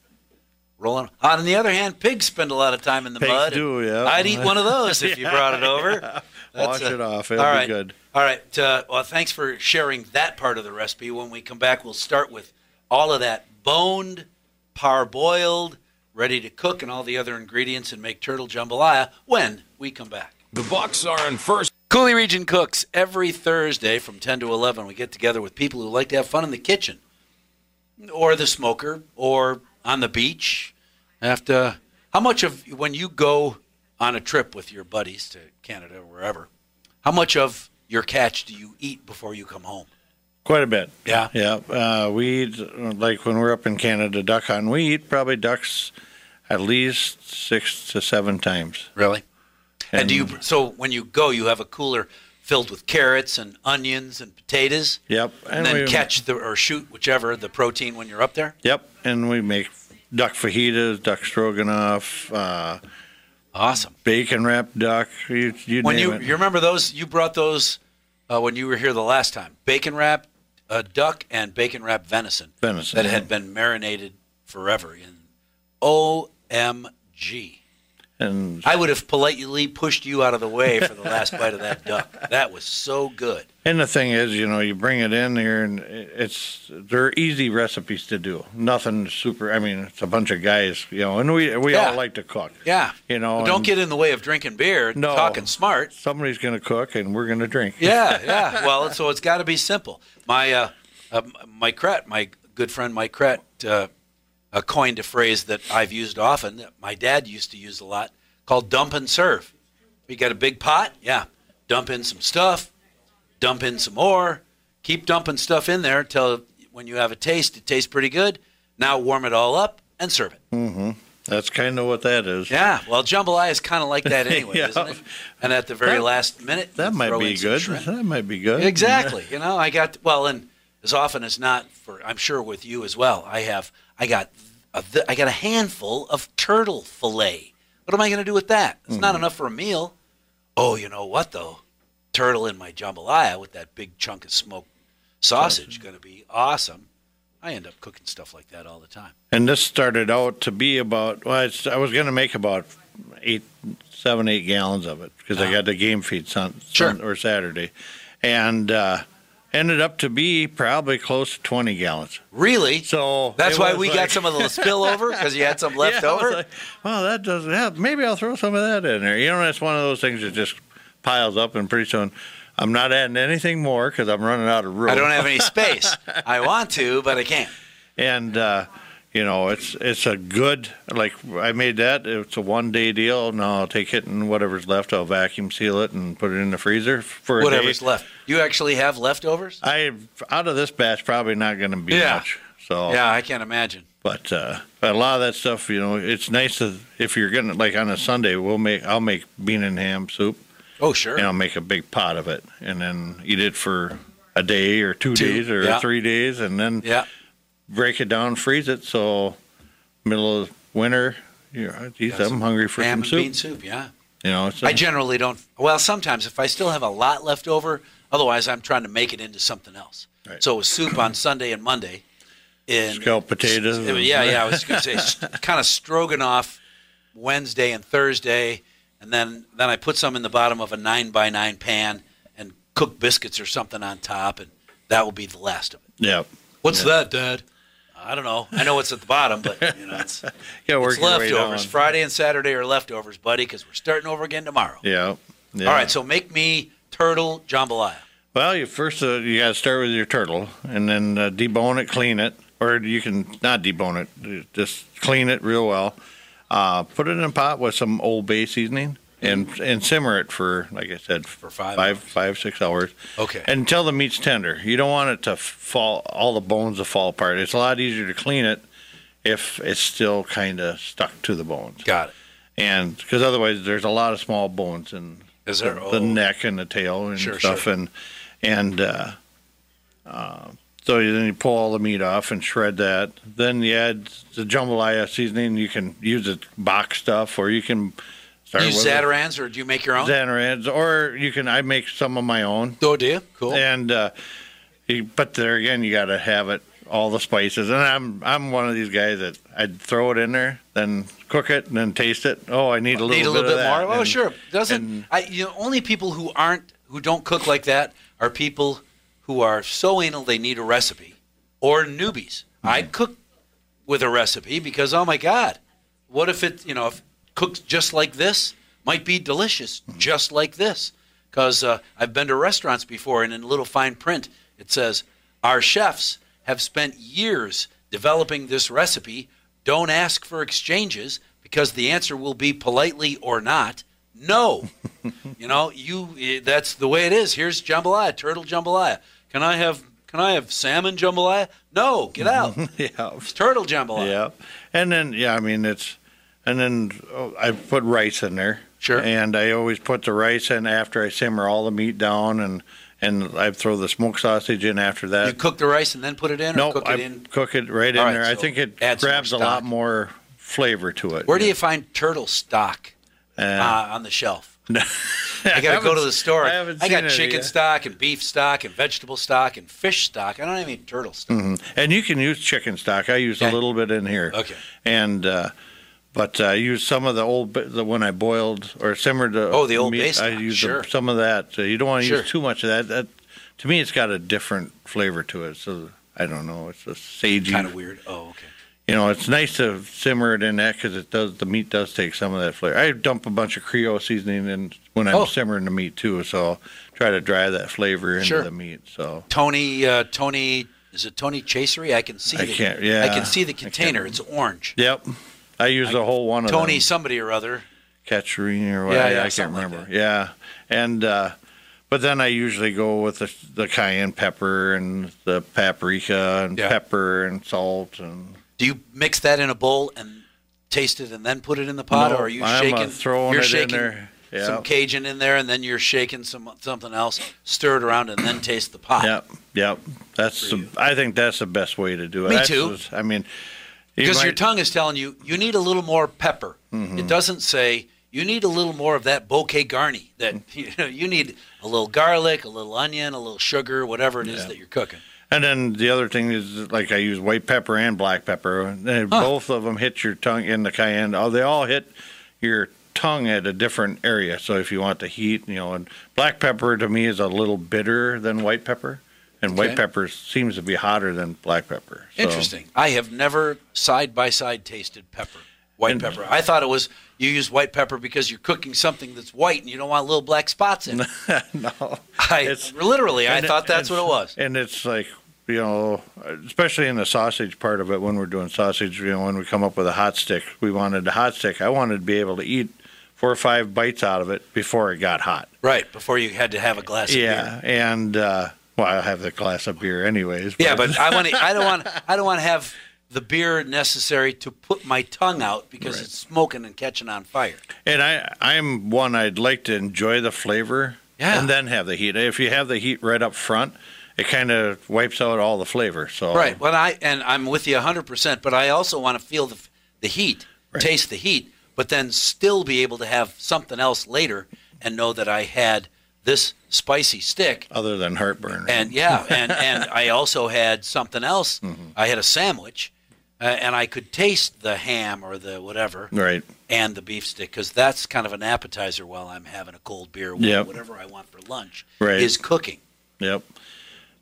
A: rolling, on the other hand, pigs spend a lot of time in the
B: Pigs
A: mud. and
B: do, yeah.
A: I'd eat one of those if you brought it over.
B: Wash
A: a-
B: it off. It'll
A: all
B: be
A: right.
B: good.
A: All right. Uh, well, thanks for sharing that part of the recipe. When we come back, we'll start with all of that boned, parboiled, ready to cook, and all the other ingredients and make turtle jambalaya when we come back.
E: The Bucks are in first.
A: Cooley Region Cooks every Thursday from 10 to 11. We get together with people who like to have fun in the kitchen or the smoker or on the beach. After how much of when you go on a trip with your buddies to Canada or wherever, how much of your catch do you eat before you come home?
B: Quite a bit.
A: Yeah.
B: Yeah. Uh, we eat, uh, like when we're up in Canada duck hunting. We eat probably ducks at least six to seven times.
A: Really? And, do you so when you go, you have a cooler filled with carrots and onions and potatoes.
B: Yep.
A: And, then catch the or shoot whichever the protein when you're up there.
B: Yep. And we make duck fajitas, duck stroganoff, uh,
A: Awesome.
B: bacon wrapped duck. You, you
A: when
B: name
A: you
B: it.
A: you remember those you brought those uh, when you were here the last time bacon wrap uh, duck and bacon wrap venison
B: Venison,
A: that
B: yeah.
A: had been marinated forever in omg
B: and
A: i would have politely pushed you out of the way for the last bite of that duck that was so good
B: And the thing is, you know, you bring it in here, and it's they're easy recipes to do. Nothing super. I mean, it's a bunch of guys, you know, and we we
A: Yeah.
B: all like to cook.
A: yeah
B: You know,
A: But don't
B: and-
A: get in the way of drinking beer and
B: No.
A: talking smart
B: Somebody's going to cook, and we're going to drink.
A: Yeah, yeah. Well, so it's got to be simple. My uh, uh, my Kret, my good friend Mike Kret, uh, uh, coined a phrase that I've used often. That my dad used to use a lot, called "dump and serve." We got a big pot, yeah. Dump in some stuff, dump in some more. Keep dumping stuff in there till when you have a taste, it tastes pretty good. Now warm it all up and serve it.
B: That's kind of what that is.
A: Yeah. Well, jambalaya is kind of like that anyway,
B: Yeah.
A: isn't it? And at the very
B: That-
A: last minute,
B: That
A: you
B: might
A: throw
B: be
A: in some
B: good.
A: shrimp.
B: That might be good.
A: Exactly. you know, I got well, and as often as not, for I'm sure with you as well, I have I got a, th- I got a handful of turtle fillet. What am I going to do with that? It's not
B: Mm-hmm.
A: enough for a meal. Oh, you know what though? Turtle in my jambalaya with that big chunk of smoked sausage going to be awesome. I end up cooking stuff like that all the time.
B: And this started out to be about. Well, it's, I was going to make about eight, seven, eight gallons of it because I got the game feed sun, sun-
A: Uh-huh. Sure.
B: or Saturday, and uh, ended up to be probably close to twenty gallons.
A: Really?
B: So
A: that's
B: it
A: why
B: was
A: we
B: like-
A: got some of the spillover because you had some
B: Yeah, I
A: left
B: was
A: over.
B: like, well, that doesn't help. Maybe I'll throw some of that in there. You know, that's one of those things that just piles up, and pretty soon I'm not adding anything more because I'm running out of room.
A: I don't have any space. I want to, but I can't.
B: And uh, you know, it's it's a good like I made that. It's a one day deal. Now I'll take it and whatever's left, I'll vacuum seal it and put it in the freezer for a
A: Whatever's
B: day.
A: left. You actually have leftovers?
B: I out of this batch probably not going to be
A: Yeah.
B: much. So
A: Yeah, I can't imagine.
B: but uh, but a lot of that stuff, you know, it's nice to, if you're gonna like on a Sunday, we'll make I'll make bean and ham soup
A: Oh, sure.
B: and I'll make a big pot of it and then eat it for a day or two,
A: Two,
B: days or
A: yeah.
B: three days and then
A: yeah.
B: break it down, freeze it. So middle of winter, you know, geez,
A: Got
B: I'm
A: some
B: hungry for
A: Ham
B: some
A: and
B: soup.
A: bean soup, yeah.
B: You know, it's
A: I generally don't. Well, sometimes if I still have a lot left over, otherwise I'm trying to make it into something else.
B: Right.
A: So it was soup on Sunday and Monday. And
B: Scalloped potatoes
A: It was-
B: and-
A: yeah, yeah. I was going to say kind of stroganoff Wednesday and Thursday, and then then I put some in the bottom of a nine by nine pan and cook biscuits or something on top, and that will be the last of it.
B: yeah.
A: What's that, Dad? I don't know. I know it's at the bottom, but you know it's,
B: Yeah, work
A: it's
B: your way
A: leftovers.
B: down.
A: Friday and Saturday are leftovers, buddy, because we're starting over again tomorrow.
B: Yeah. yeah.
A: All right, so make me turtle jambalaya.
B: Well, you first uh, you got to start with your turtle, and then uh, debone it, clean it, or you can not debone it, just clean it real well. Uh, put it in a pot with some Old Bay seasoning, and and simmer it for, like I said, for
A: five
B: five, five, six hours.
A: Okay.
B: Until the meat's tender. You don't want it to f- fall, all the bones to fall apart. It's a lot easier to clean it if it's still kind of stuck to the bones,
A: Got it.
B: and because otherwise there's a lot of small bones and
A: Is there?
B: the,
A: Oh.
B: the neck and the tail and
A: Sure,
B: stuff
A: sure.
B: and and uh, uh, um, so you- then you pull all the meat off and shred that. Then you add the jambalaya seasoning. You can use the box stuff, or you can start
A: Use
B: with
A: Zatarans or do you make your own?
B: Zatarans, or you can. I make some of my own,
A: oh, do you? Cool.
B: and uh, you, but there again, you got to have it all the spices. And I'm I'm one of these guys that I'd throw it in there, then cook it, and then taste it. Oh, I need a little
A: Need a little
B: bit,
A: bit,
B: of that.
A: more? Oh,
B: and-
A: sure. Doesn't
B: and-
A: I? You know, only people who aren't who don't cook like that are people who are so anal they need a recipe or newbies. I
B: Mm.
A: cook with a recipe because oh my god, what if it you know if cooked just like this might be delicious just like this because uh, I've been to restaurants before and in little fine print it says our chefs have spent years developing this recipe. Don't ask for exchanges because the answer will be politely or not no. you know, you eh, that's the way it is. Here's jambalaya, turtle jambalaya. Can I have can I have salmon jambalaya? No, get out.
B: Yeah.
A: It's turtle jambalaya.
B: Yeah, and then yeah, I mean it's, and then oh, I put rice in there.
A: Sure.
B: And I always put the rice in after I simmer all the meat down, and and I throw the smoked sausage in after that.
A: You cook the rice and then put it in,
B: Uh, no,
A: or cook
B: I
A: it in.
B: cook it right
A: All
B: in
A: right,
B: there. I
A: so
B: think it
A: add some
B: grabs a
A: stock.
B: lot more flavor to it.
A: Where do you find turtle stock
B: Uh,
A: uh, on the shelf?
B: I
A: I gotta go to
B: haven't-
A: the store.
B: I haven't seen
A: got
B: it
A: chicken
B: yet.
A: stock and beef stock and vegetable stock and fish stock. I don't have any turtle stock.
B: And you can use chicken stock. I use
A: Okay.
B: a little bit in here.
A: Okay.
B: And uh, but I use some of the old bi- the when I boiled or simmered the
A: Oh, the Old Bay
B: meat. I
A: stock,
B: use
A: sure.
B: some of that. Uh, you don't want to
A: Sure.
B: use too much of that. That to me, it's got a different flavor to it. So I don't know. It's a sagey.
A: Kind of weird. Oh, okay.
B: You know, it's nice to simmer it in that because it does the meat does take some of that flavor. I dump a bunch of Creole seasoning in when I'm
A: Oh.
B: simmering the meat too, so I'll try to dry that flavor into
A: Sure.
B: the meat. So
A: Tony, uh, Tony, is it Tony Chasery? I can see.
B: I
A: the,
B: can't- yeah.
A: I can see the
B: I can't-
A: container. It's orange.
B: yep. I use the whole one of
A: Tony
B: them.
A: somebody or other.
B: Katsuri or what?
A: Yeah,
B: I-
A: yeah,
B: I can't
A: something like
B: remember. yeah, and uh, but then I usually go with the, the cayenne pepper and the paprika and
A: Yeah.
B: pepper and salt and
A: Do you mix that in a bowl and taste it and then put it in the pot,
B: No,
A: or are you
B: I'm, uh,
A: shaking?
B: throwing
A: you're
B: it in
A: shaking
B: there. Yeah.
A: some Cajun in there, and then you're shaking some something else. Stir it around and then taste the pot.
B: yep, yep. That's the, I think that's the best way to do it.
A: Me
B: That's
A: too.
B: what- I mean, you
A: Because your
B: might- Mm-hmm.
A: tongue is telling you you need a little more pepper. It doesn't say you need a little more of that bouquet garni. That you know you need a little garlic, a little onion, a little sugar, whatever it is that you're cooking.
B: And then the other thing is, like I use white pepper and black pepper. and they- Both of them hit your tongue in the cayenne. Oh, they all hit your tongue at a different area. So if you want the heat, you know, and black pepper to me is a little bitter than white pepper, and white
A: Okay.
B: pepper seems to be hotter than black pepper. So-
A: Interesting. I have never side by side tasted pepper, white
B: And-
A: pepper. I thought it was you use white pepper because you're cooking something that's white and you don't want little black spots in it.
B: no,
A: I
B: It's-
A: literally I
B: And it-
A: thought that's what it
B: it's-
A: was.
B: And it's like you know, especially in the sausage part of it, when we're doing sausage, you know, when we come up with a hot stick, we wanted a hot stick. I wanted to be able to eat four or five bites out of it before it got hot.
A: Right, before you had to have a glass of beer.
B: Yeah, and uh, well, I'll have the glass of beer anyways.
A: Yeah, but I want to. I don't want. I don't want to have the beer necessary to put my tongue out because it's smoking and catching on fire.
B: and I, I'm one I'd like to enjoy the flavor
A: Yeah.
B: and then have the heat. If you have the heat right up front, it kind of wipes out all the flavor. So
A: Right. Well, I and I'm with you 100, percent but I also want to feel the the heat,
B: Right.
A: taste the heat, but then still be able to have something else later and know that I had this spicy stick
B: other than heartburn,
A: and yeah, and and I also had something else. I had a sandwich, uh, and I could taste the ham or the whatever,
B: right?
A: and the beef stick because that's kind of an appetizer while I'm having a cold beer. with
B: Yep.
A: Whatever I want for lunch
B: Right.
A: is cooking.
B: Yep.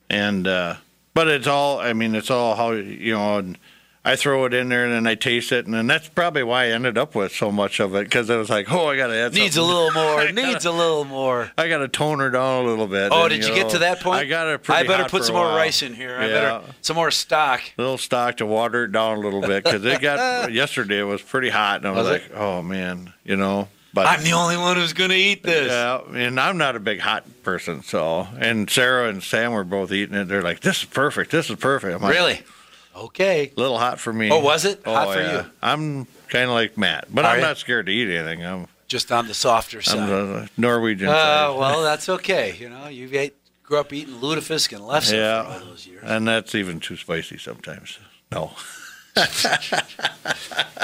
B: And uh but it's all I mean it's all how you know and I throw it in there and then I taste it and then that's probably why I ended up with so much of it cuz I was like, "Oh, I got to add
A: Needs a
B: something.
A: little more. needs a little more.
B: I got to tone her down a little bit."
A: Oh,
B: and,
A: did you
B: know,
A: get to that point?
B: I got it pretty
A: I better
B: hot
A: put
B: for
A: some
B: a
A: more
B: while.
A: rice in here. I
B: Yeah.
A: better some more stock.
B: little stock to water it down a little bit cuz it got yesterday it was pretty hot and I was,
A: Was
B: like,
A: it?
B: "Oh, man, you know." But
A: I'm the only one who's going to eat this.
B: Yeah, and I'm not a big hot person, so and Sarah and Sam were both eating it. They're like, "This is perfect. This is perfect." I'm like,
A: Really? Okay.
B: A little hot for me.
A: Oh, was it? Hot for you?
B: I'm kind of like Matt, but
A: Are
B: I'm
A: you?
B: not scared to eat anything. I'm,
A: Just on the softer
B: I'm
A: side.
B: the Norwegian.
A: Uh,
B: side.
A: well, that's okay. You know, you ate, grew up eating lutefisk and lefse
B: Yeah.
A: for all those years.
B: and that's even too spicy sometimes. No,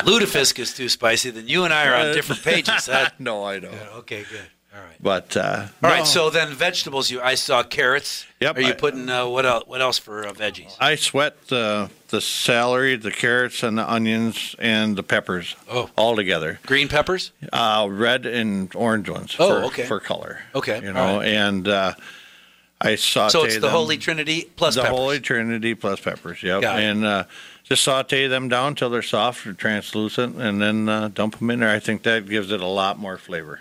A: lutefisk is too spicy. Then you and I are on different pages. That,
B: no, I don't.
A: okay, good. All right.
B: But
A: All
B: uh, no.
A: right. So then, vegetables. You, I saw carrots.
B: Yep,
A: Are you
B: I-
A: putting uh, what else? What else for uh, veggies?
B: I sweat the the celery, the carrots, and the onions and the peppers
A: Oh.
B: all together.
A: Green peppers.
B: Uh, red and orange ones.
A: Oh,
B: for,
A: okay.
B: For color.
A: Okay,
B: You
A: all
B: know,
A: right.
B: and uh, I saute.
A: So it's the
B: them.
A: Holy Trinity plus
B: the
A: peppers.
B: Holy Trinity plus peppers. Yep,
A: Got it.
B: and uh, just saute them down till they're soft or translucent, and then uh, dump them in there. I think that gives it a lot more flavor.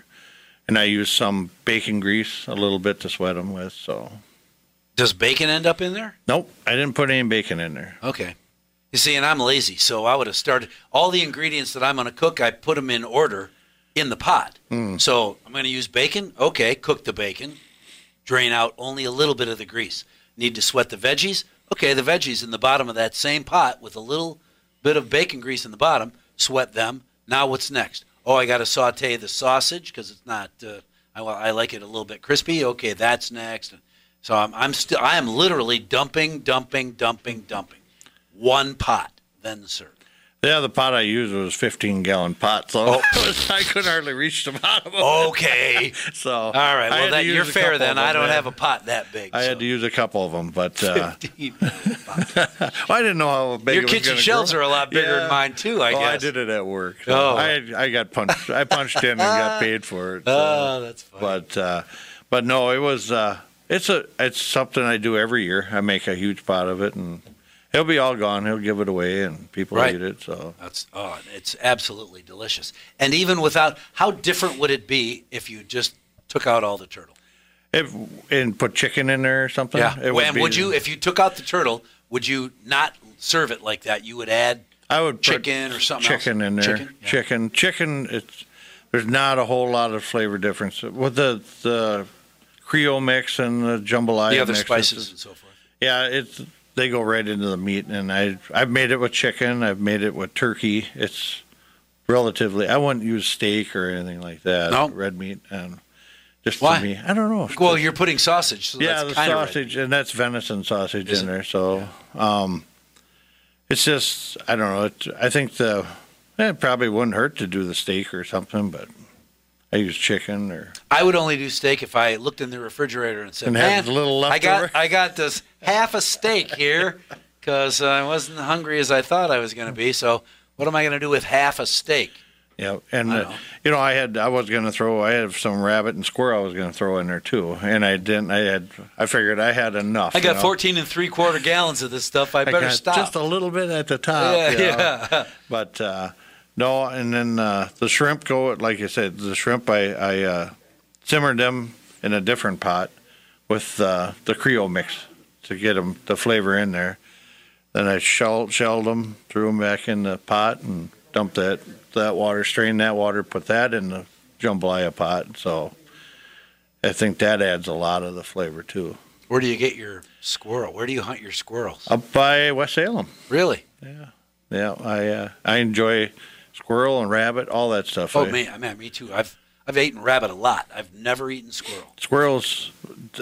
B: And I use some bacon grease a little bit to sweat them with. So
A: Does bacon end up in there?
B: nope, I didn't put any bacon in there.
A: Okay. You see, and I'm lazy, so I would have started all the ingredients that I'm going to cook. I put them in order in the pot. So I'm going to use bacon. Okay, cook the bacon. Drain out only a little bit of the grease. Need to sweat the veggies. Okay, the veggies in the bottom of that same pot with a little bit of bacon grease in the bottom. Sweat them. Now what's next? Oh, I got to saute the sausage because it's not. Uh, I, well, I like it a little bit crispy. Okay, that's next. So I'm, I'm still. I am literally dumping, dumping, dumping, dumping one pot, then serve.
B: Yeah, the pot I used was 15 gallon pot, so
A: Oh.
B: I could hardly reach the bottom. Of it.
A: Okay.
B: So
A: Oh. All right. Well,
B: I had to
A: that,
B: use
A: you're
B: a
A: fair
B: couple
A: then.
B: of
A: I
B: them,
A: don't
B: yeah.
A: have a pot that big.
B: I had
A: so.
B: to use a couple of them, but uh,
A: Your
B: I didn't know how big it was
A: kitchen
B: gonna
A: shelves
B: grow.
A: are a lot bigger
B: Yeah.
A: than mine too. I
B: oh,
A: guess.
B: I did it at work.
A: Oh.
B: I I got punched. I punched him and got paid for it. so.
A: Oh, that's funny.
B: but uh, but no, it was uh, it's a it's something I do every year. I make a huge pot of it, and he'll be all gone. He'll give it away, and people
A: Right.
B: eat it. So
A: That's oh, it's absolutely delicious. And even without, how different would it be if you just took out all the turtle?
B: if and put chicken in there or something. it
A: and would, you, if you took out the turtle, would you not serve it like that? You would add
B: I would put
A: chicken or something else?
B: Chicken in there.
A: Chicken,
B: Chicken.
A: yeah.
B: Chicken. It's there's not a whole lot of flavor difference with the the Creole mix and the jambalaya.
A: the other
B: mix,
A: spices and so forth.
B: Yeah, it's they go right into the meat, and I I've made it with chicken, I've made it with turkey. It's relatively I wouldn't use steak or anything like that.
A: No.
B: red meat and just
A: Why?
B: to me, I don't know.
A: Well, you're putting sausage. So
B: yeah,
A: that's
B: the
A: kinda right.
B: sausage and that's venison sausage
A: Is
B: in
A: it?
B: there. So, um, it's just I don't know. It, I think the it probably wouldn't hurt to do the steak or something, but I use chicken or
A: I would only do steak if I looked in the refrigerator and said,
B: And
A: "Man,
B: had a little
A: I got
B: leftover."
A: I got this half a steak here because I wasn't hungry as I thought I was going to be. So what am I going to do with half a steak?
B: Yeah, and
A: I
B: uh,
A: know.
B: you know, I had I was gonna throw I had some rabbit and squirrel I was gonna throw in there too, and I didn't. I had I figured I had enough.
A: I
B: you
A: got
B: know.
A: 14 and three quarter gallons of this stuff. I
B: I
A: better
B: got
A: stop.
B: just a little bit at the top.
A: Yeah,
B: you know.
A: yeah.
B: But uh, no, and then uh, the shrimp go like I said, the shrimp I I uh, simmered them in a different pot with uh, the Creole mix. to get 'em- the flavor in there. Then I shell, shelled them, threw them back in the pot, and dumped that that water, strained that water, put that in the jambalaya pot. So I think that adds a lot of the flavor too.
A: Where do you get your squirrel? Where do you hunt your squirrels?
B: Up by West Salem.
A: Really?
B: Yeah, I uh, I enjoy squirrel and rabbit, all that stuff.
A: Oh
B: I-
A: man, man, me too. I've I've eaten rabbit a lot. I've never eaten squirrel.
B: Squirrels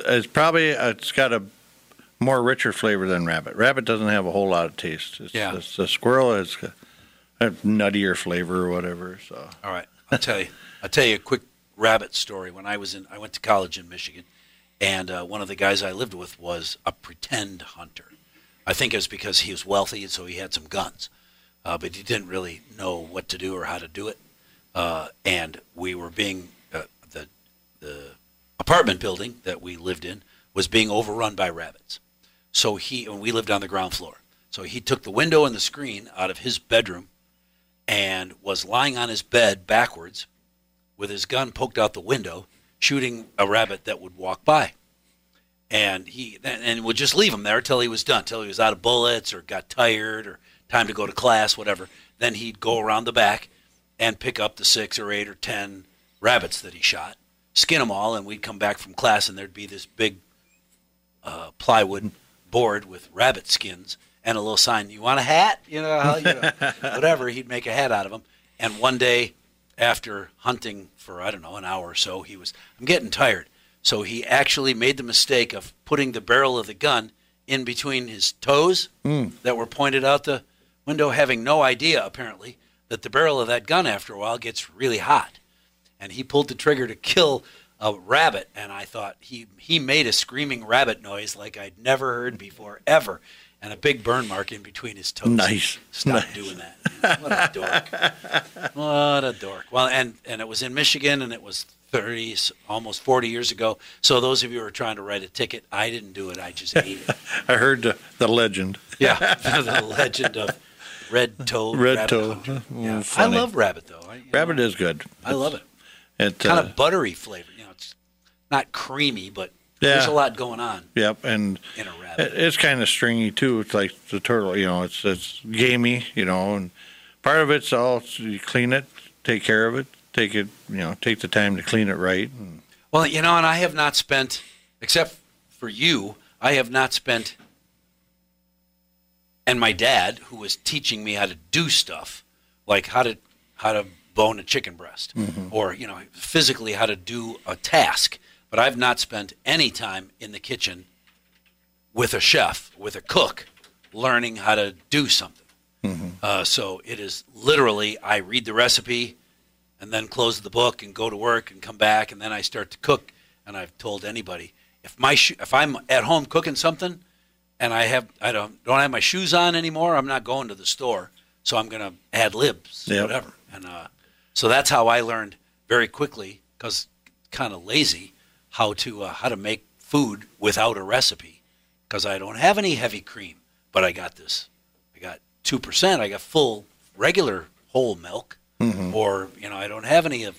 B: is probably uh, it's got a more richer flavor than rabbit. Rabbit doesn't have a whole lot of taste. It's,
A: Yeah.
B: it's- the squirrel is a a nuttier flavor or whatever. So
A: All right, I'll tell you. I'll tell you a quick rabbit story. When I was in, I went to college in Michigan, and uh, one of the guys I lived with was a pretend hunter. I think it was because he was wealthy and so he had some guns, uh, but he didn't really know what to do or how to do it. Uh, and we were being uh, the the apartment building that we lived in was being overrun by rabbits. So he and we lived on the ground floor. So he took the window and the screen out of his bedroom and was lying on his bed backwards with his gun poked out the window, shooting a rabbit that would walk by. And he and and would just leave him there till he was done, till he was out of bullets or got tired or time to go to class, whatever. Then he'd go around the back and pick up the six or eight or ten rabbits that he shot, skin them all, and we'd come back from class and there'd be this big uh, plywood board with rabbit skins and a little sign. You want a hat? You know, how you whatever. He'd make a hat out of them. And one day, after hunting for I don't know an hour or so, he was I'm getting tired. So he actually made the mistake of putting the barrel of the gun in between his toes that were pointed out the window, having no idea apparently that the barrel of that gun after a while gets really hot and he pulled the trigger to kill a rabbit and i thought he he made a screaming rabbit noise like i'd never heard before ever and a big burn mark in between his toes
B: Nice.
A: stop doing that what a dork what a dork well and and it was in michigan and it was 30 s- almost 40 years ago so those of you who are trying to write a ticket i didn't do it i just ate it
B: I heard the, the legend.
A: yeah the legend of red toad
B: Red
A: rabbit
B: toad.
A: hunter.
B: Mm,
A: Yeah. i
B: funny.
A: love rabbit though I, you know,
B: Rabbit is good.
A: i love it
B: It
A: kind
B: uh,
A: of buttery flavor. You know, it's not creamy, but there's
B: Yeah.
A: a lot going on
B: yep, and
A: in a
B: it,
A: rabbit.
B: it's kind of stringy too. It's like the turtle, you know. It's it's gamey, you know, and part of it's all you clean it, take care of it, take it, you know, take the time to clean it right. And,
A: Well, you know, and I have not spent, except for you, I have not spent, and my dad, who was teaching me how to do stuff, like how to how to bone a chicken breast,
B: Mm-hmm.
A: or you know, physically how to do a task. But I've not spent any time in the kitchen with a chef, with a cook, learning how to do something. Uh, so it is literally, I read the recipe and then close the book and go to work and come back and then I start to cook. And I've told anybody if my sho if I'm at home cooking something and I have I don't don't have my shoes on anymore, I'm not going to the store. So I'm gonna add libs,
B: Yep.
A: whatever. And uh, so that's how I learned very quickly because kind of lazy how to uh, how to make food without a recipe because I don't have any heavy cream, but I got this. I got two percent. I got full regular whole milk, or you know, I don't have any of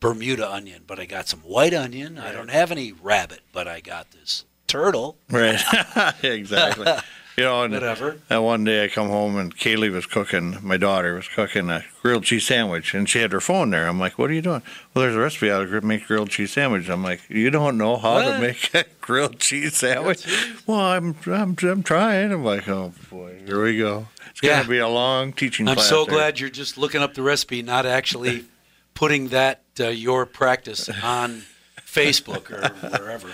A: Bermuda onion, but I got some white onion. I don't have any rabbit, but I got this turtle.
B: Right. exactly. You know, and
A: Whatever.
B: And one day I come home and Kaylee was cooking, my daughter was cooking a grilled cheese sandwich, and she had her phone there. I'm like, "What are you doing?" Well, there's a recipe how to gr- make grilled cheese sandwich. I'm like, "You don't know how to
A: What?
B: make a grilled cheese sandwich?" Well, I'm, I'm I'm trying. I'm like, "Oh boy, here we go. It's
A: Yeah.
B: gonna be a long teaching."
A: I'm
B: class
A: so
B: there.
A: glad you're just looking up the recipe, not actually putting that uh, your practice on Facebook or wherever.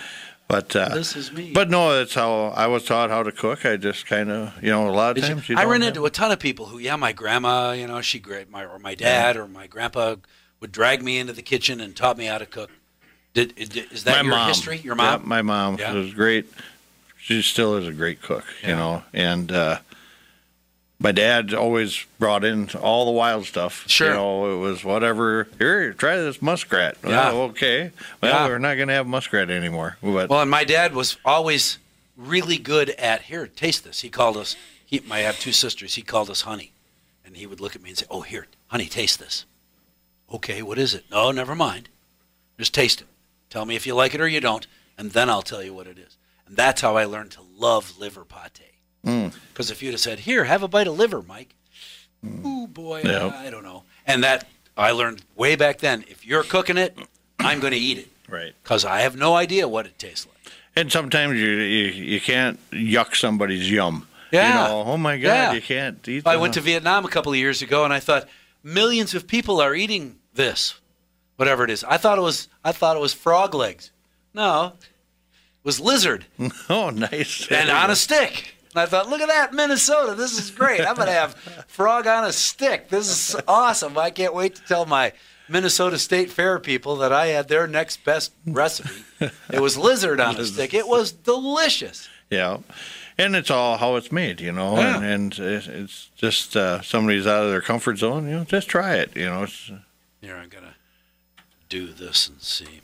B: But uh,
A: This is me.
B: But no, that's how I was taught how to cook. I just kind of, you know, a lot of
A: Did you-
B: times. You,
A: I
B: don't
A: ran
B: have-
A: into a ton of people who, yeah, my grandma, you know, she great, my or my dad or my grandpa would drag me into the kitchen and taught me how to cook. Did, did is that
B: my
A: your
B: mom.
A: history? Your
B: Yeah,
A: mom?
B: my mom
A: Yeah.
B: was great. She still is a great cook, you
A: Yeah.
B: know. And uh, my dad always brought in all the wild stuff.
A: Sure.
B: You know, it was whatever. Here, try this muskrat.
A: Yeah.
B: Well, okay. Well,
A: Yeah.
B: we're not going to have muskrat anymore. But
A: Well, and my dad was always really good at here. Taste this. He called us. He, I have two sisters. He called us honey, and he would look at me and say, "Oh, here, honey, taste this." Okay, what is it? No, never mind. Just taste it. Tell me if you like it or you don't, and then I'll tell you what it is. And that's how I learned to love liver pate.
B: Hmm.
A: Because if you'd have said, "Here, have a bite of liver, Mike," oh boy,
B: Hmm. Yeah.
A: I don't know. And that I learned way back then. If you're cooking it, I'm going to eat it
B: Right.
A: because I have no idea what it tastes like.
B: And sometimes you you, you can't yuck somebody's yum.
A: Yeah.
B: You know, oh my God,
A: Yeah.
B: you can't eat.
A: I
B: the-
A: went to Vietnam a couple of years ago, and I thought millions of people are eating this, whatever it is. I thought it was I thought it was frog legs. No, it was lizard
B: Oh, nice.
A: and on a stick. And I thought, look at that, Minnesota. This is great. I'm gonna have frog on a stick. This is awesome. I can't wait to tell my Minnesota State Fair people that I had their next best recipe. It was lizard on a stick. It was delicious.
B: Yeah. And it's all how it's made, you know,
A: Yeah.
B: and, and it's it's just uh, somebody's out of their comfort zone, you know, just try it, you know. It's,
A: Here, I'm gonna do this and see.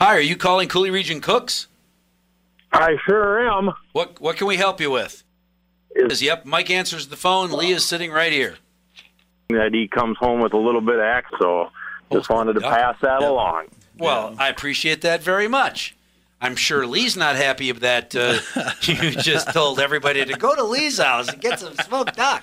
A: Hi, are you calling Cooley Region Cooks?
E: I sure am.
A: What What can we help you with?
E: Is-
A: Yep, Mike answers the phone. Lee is sitting right here.
E: That he comes home with a little bit of axe, so just wanted to
A: Oh, Yeah.
E: pass that along.
A: Well, I appreciate that very much. I'm sure Lee's not happy that uh, you just told everybody to go to Lee's house and get some smoked duck.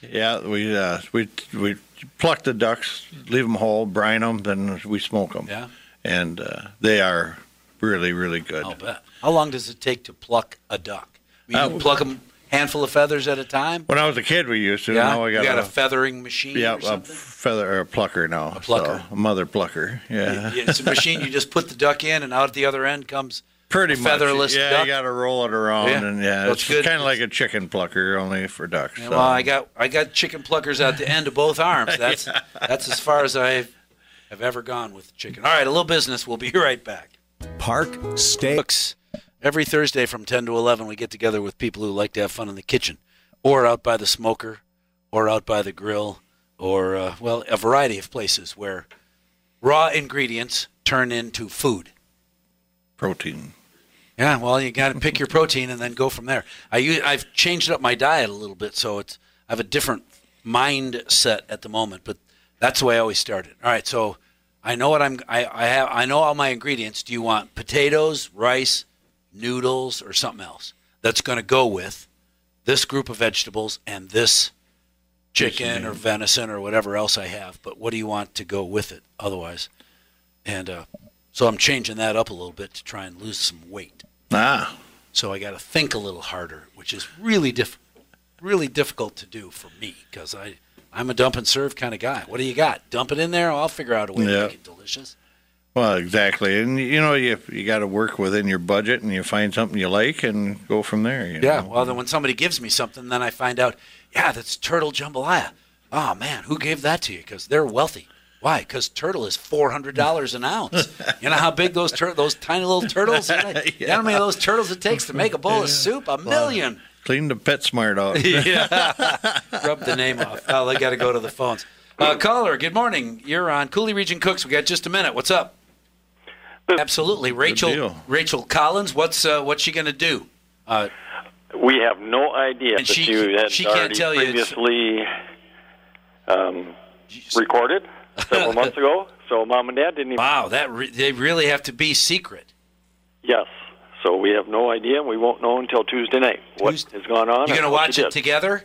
B: yeah, we uh, we we pluck the ducks, leave them whole, brine them, then we smoke them.
A: Yeah.
B: And uh, they are really really good.
A: I'll bet. How long does it take to pluck a duck? You
B: Uh,
A: can pluck a handful of feathers at a time.
B: When I was a kid, we used to. Now I
A: you
B: got,
A: got a,
B: a,
A: feathering machine.
B: yeah,
A: or
B: a
A: something?
B: feather or a plucker now. A
A: plucker.
B: a mother plucker. Yeah.
A: Yeah, it's a machine. You just put the duck in, and out at the other end comes.
B: Pretty
A: A
B: much.
A: featherless
B: yeah,
A: duck.
B: you got to roll it around,
A: Yeah.
B: and yeah,
A: Well,
B: it's,
A: it's good.
B: kind of like a chicken plucker, only for ducks.
A: Yeah,
B: so.
A: Well, I got I got chicken pluckers at the end of both arms. That's that's as far as I have ever gone with chicken. All right, a little business. We'll be right back.
F: Park, stay.
A: Cooks. Every Thursday from 10 to 11, we get together with people who like to have fun in the kitchen or out by the smoker or out by the grill or, uh, well, a variety of places where raw ingredients turn into food.
B: protein.
A: Yeah, well, you got to pick your protein and then go from there. I u- I've changed up my diet a little bit, so it's I have a different mindset at the moment. But that's the way I always started. All right, so I know what I'm. I, I have. I know all my ingredients. Do you want potatoes, rice, noodles, or something else that's going to go with this group of vegetables and this chicken or venison or whatever else I have? But what do you want to go with it? Otherwise, and uh, so I'm changing that up a little bit to try and lose some weight
B: Ah,
A: so I got to think a little harder, which is really diff- really difficult to do for me because I I'm a dump and serve kind of guy. What do you got? Dump it in there. I'll figure out a way to
B: Yeah.
A: make it delicious.
B: well, exactly. And you know, you you got to work within your budget, and you find something you like, and go from there. You
A: Yeah.
B: know?
A: Well, then when somebody gives me something, then I find out, yeah, that's turtle jambalaya. Oh man, who gave that to you? Because they're wealthy. Why? Because turtle is four hundred dollars an ounce. you know how big those tur- those tiny little turtles? You know, you know how many of those turtles it takes to make a bowl of soup? A million.
B: clean the PetSmart out.
A: yeah. Rub the name off. Oh, they got to go to the phones. Uh, caller, good morning. You're on Cooley Region Cooks. We got just a minute. What's up? Absolutely, Rachel.
B: deal.
A: Rachel Collins. What's uh, what's she gonna do? Uh,
G: We have no idea
A: And
G: that
A: she-
G: you had
A: she can't
G: already
A: tell you it's-
G: previously um, recorded several months ago. So mom and dad didn't even.
A: wow, that re- they really have to be secret.
G: Yes. So we have no idea. We won't know until Tuesday night what
A: Tuesday-
G: has gone on.
A: You're
G: and
A: gonna
G: what
A: watch
G: she
A: it
G: did.
A: together.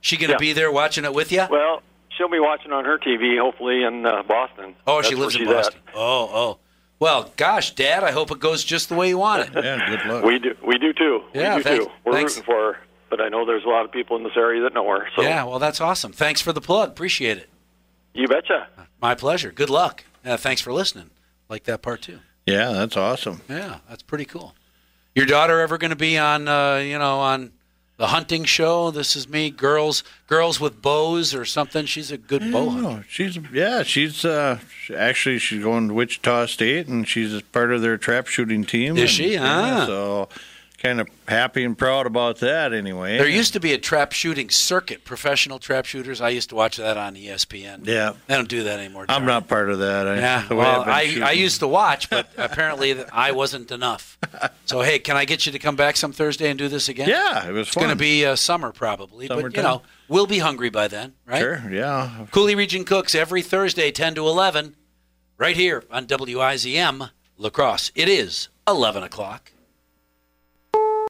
A: She gonna
G: Yeah.
A: be there watching it with you?
G: Well, she'll be watching on her TV, hopefully in uh, Boston.
A: oh, she
G: That's
A: lives
G: where
A: in
G: she's at.
A: Boston. Oh, oh. Well, gosh, Dad, I hope it goes just the way you want it.
B: Yeah, good luck.
G: We do. We do too.
A: Yeah,
G: we do
A: thanks-
G: too. We're
A: thanks.
G: rooting for her, but I know there's a lot of people in this area that know her. So
A: Yeah, well, that's awesome. Thanks for the plug. Appreciate it.
G: you betcha.
A: My pleasure. Good luck. Uh, thanks for listening. Like that part too.
B: yeah, that's awesome.
A: Yeah, that's pretty cool. Your daughter ever going to be on, uh, you know, on the hunting show? This is me, girls, girls with bows or something. She's a good bow hunter.
B: Oh, she's yeah, she's uh, actually she's going to Wichita State, and she's part of their trap shooting team.
A: Is
B: and-
A: she?
B: yeah,
A: Ah.
B: so kind of happy and proud about that. Anyway,
A: There used to be a trap shooting circuit, professional trap shooters. I used to watch that on E ESPN.
B: Yeah.
A: they don't do that anymore.
B: I'm
A: darn
B: not part of that. I,
A: Yeah,
B: the way I've
A: well,
B: been
A: I,
B: shooting.
A: I used to watch, but apparently th- I wasn't enough. So hey, can I get you to come back some Thursday and do this again?
B: Yeah, it was
A: it's going to
B: fun.
A: be uh, summer probably, but you
B: Summertime.
A: know we'll be hungry by then, right?
B: sure. Yeah,
A: Cooley Region Cooks every Thursday, 10 to 11, right here on WIZM Lacrosse. It is 11 o'clock.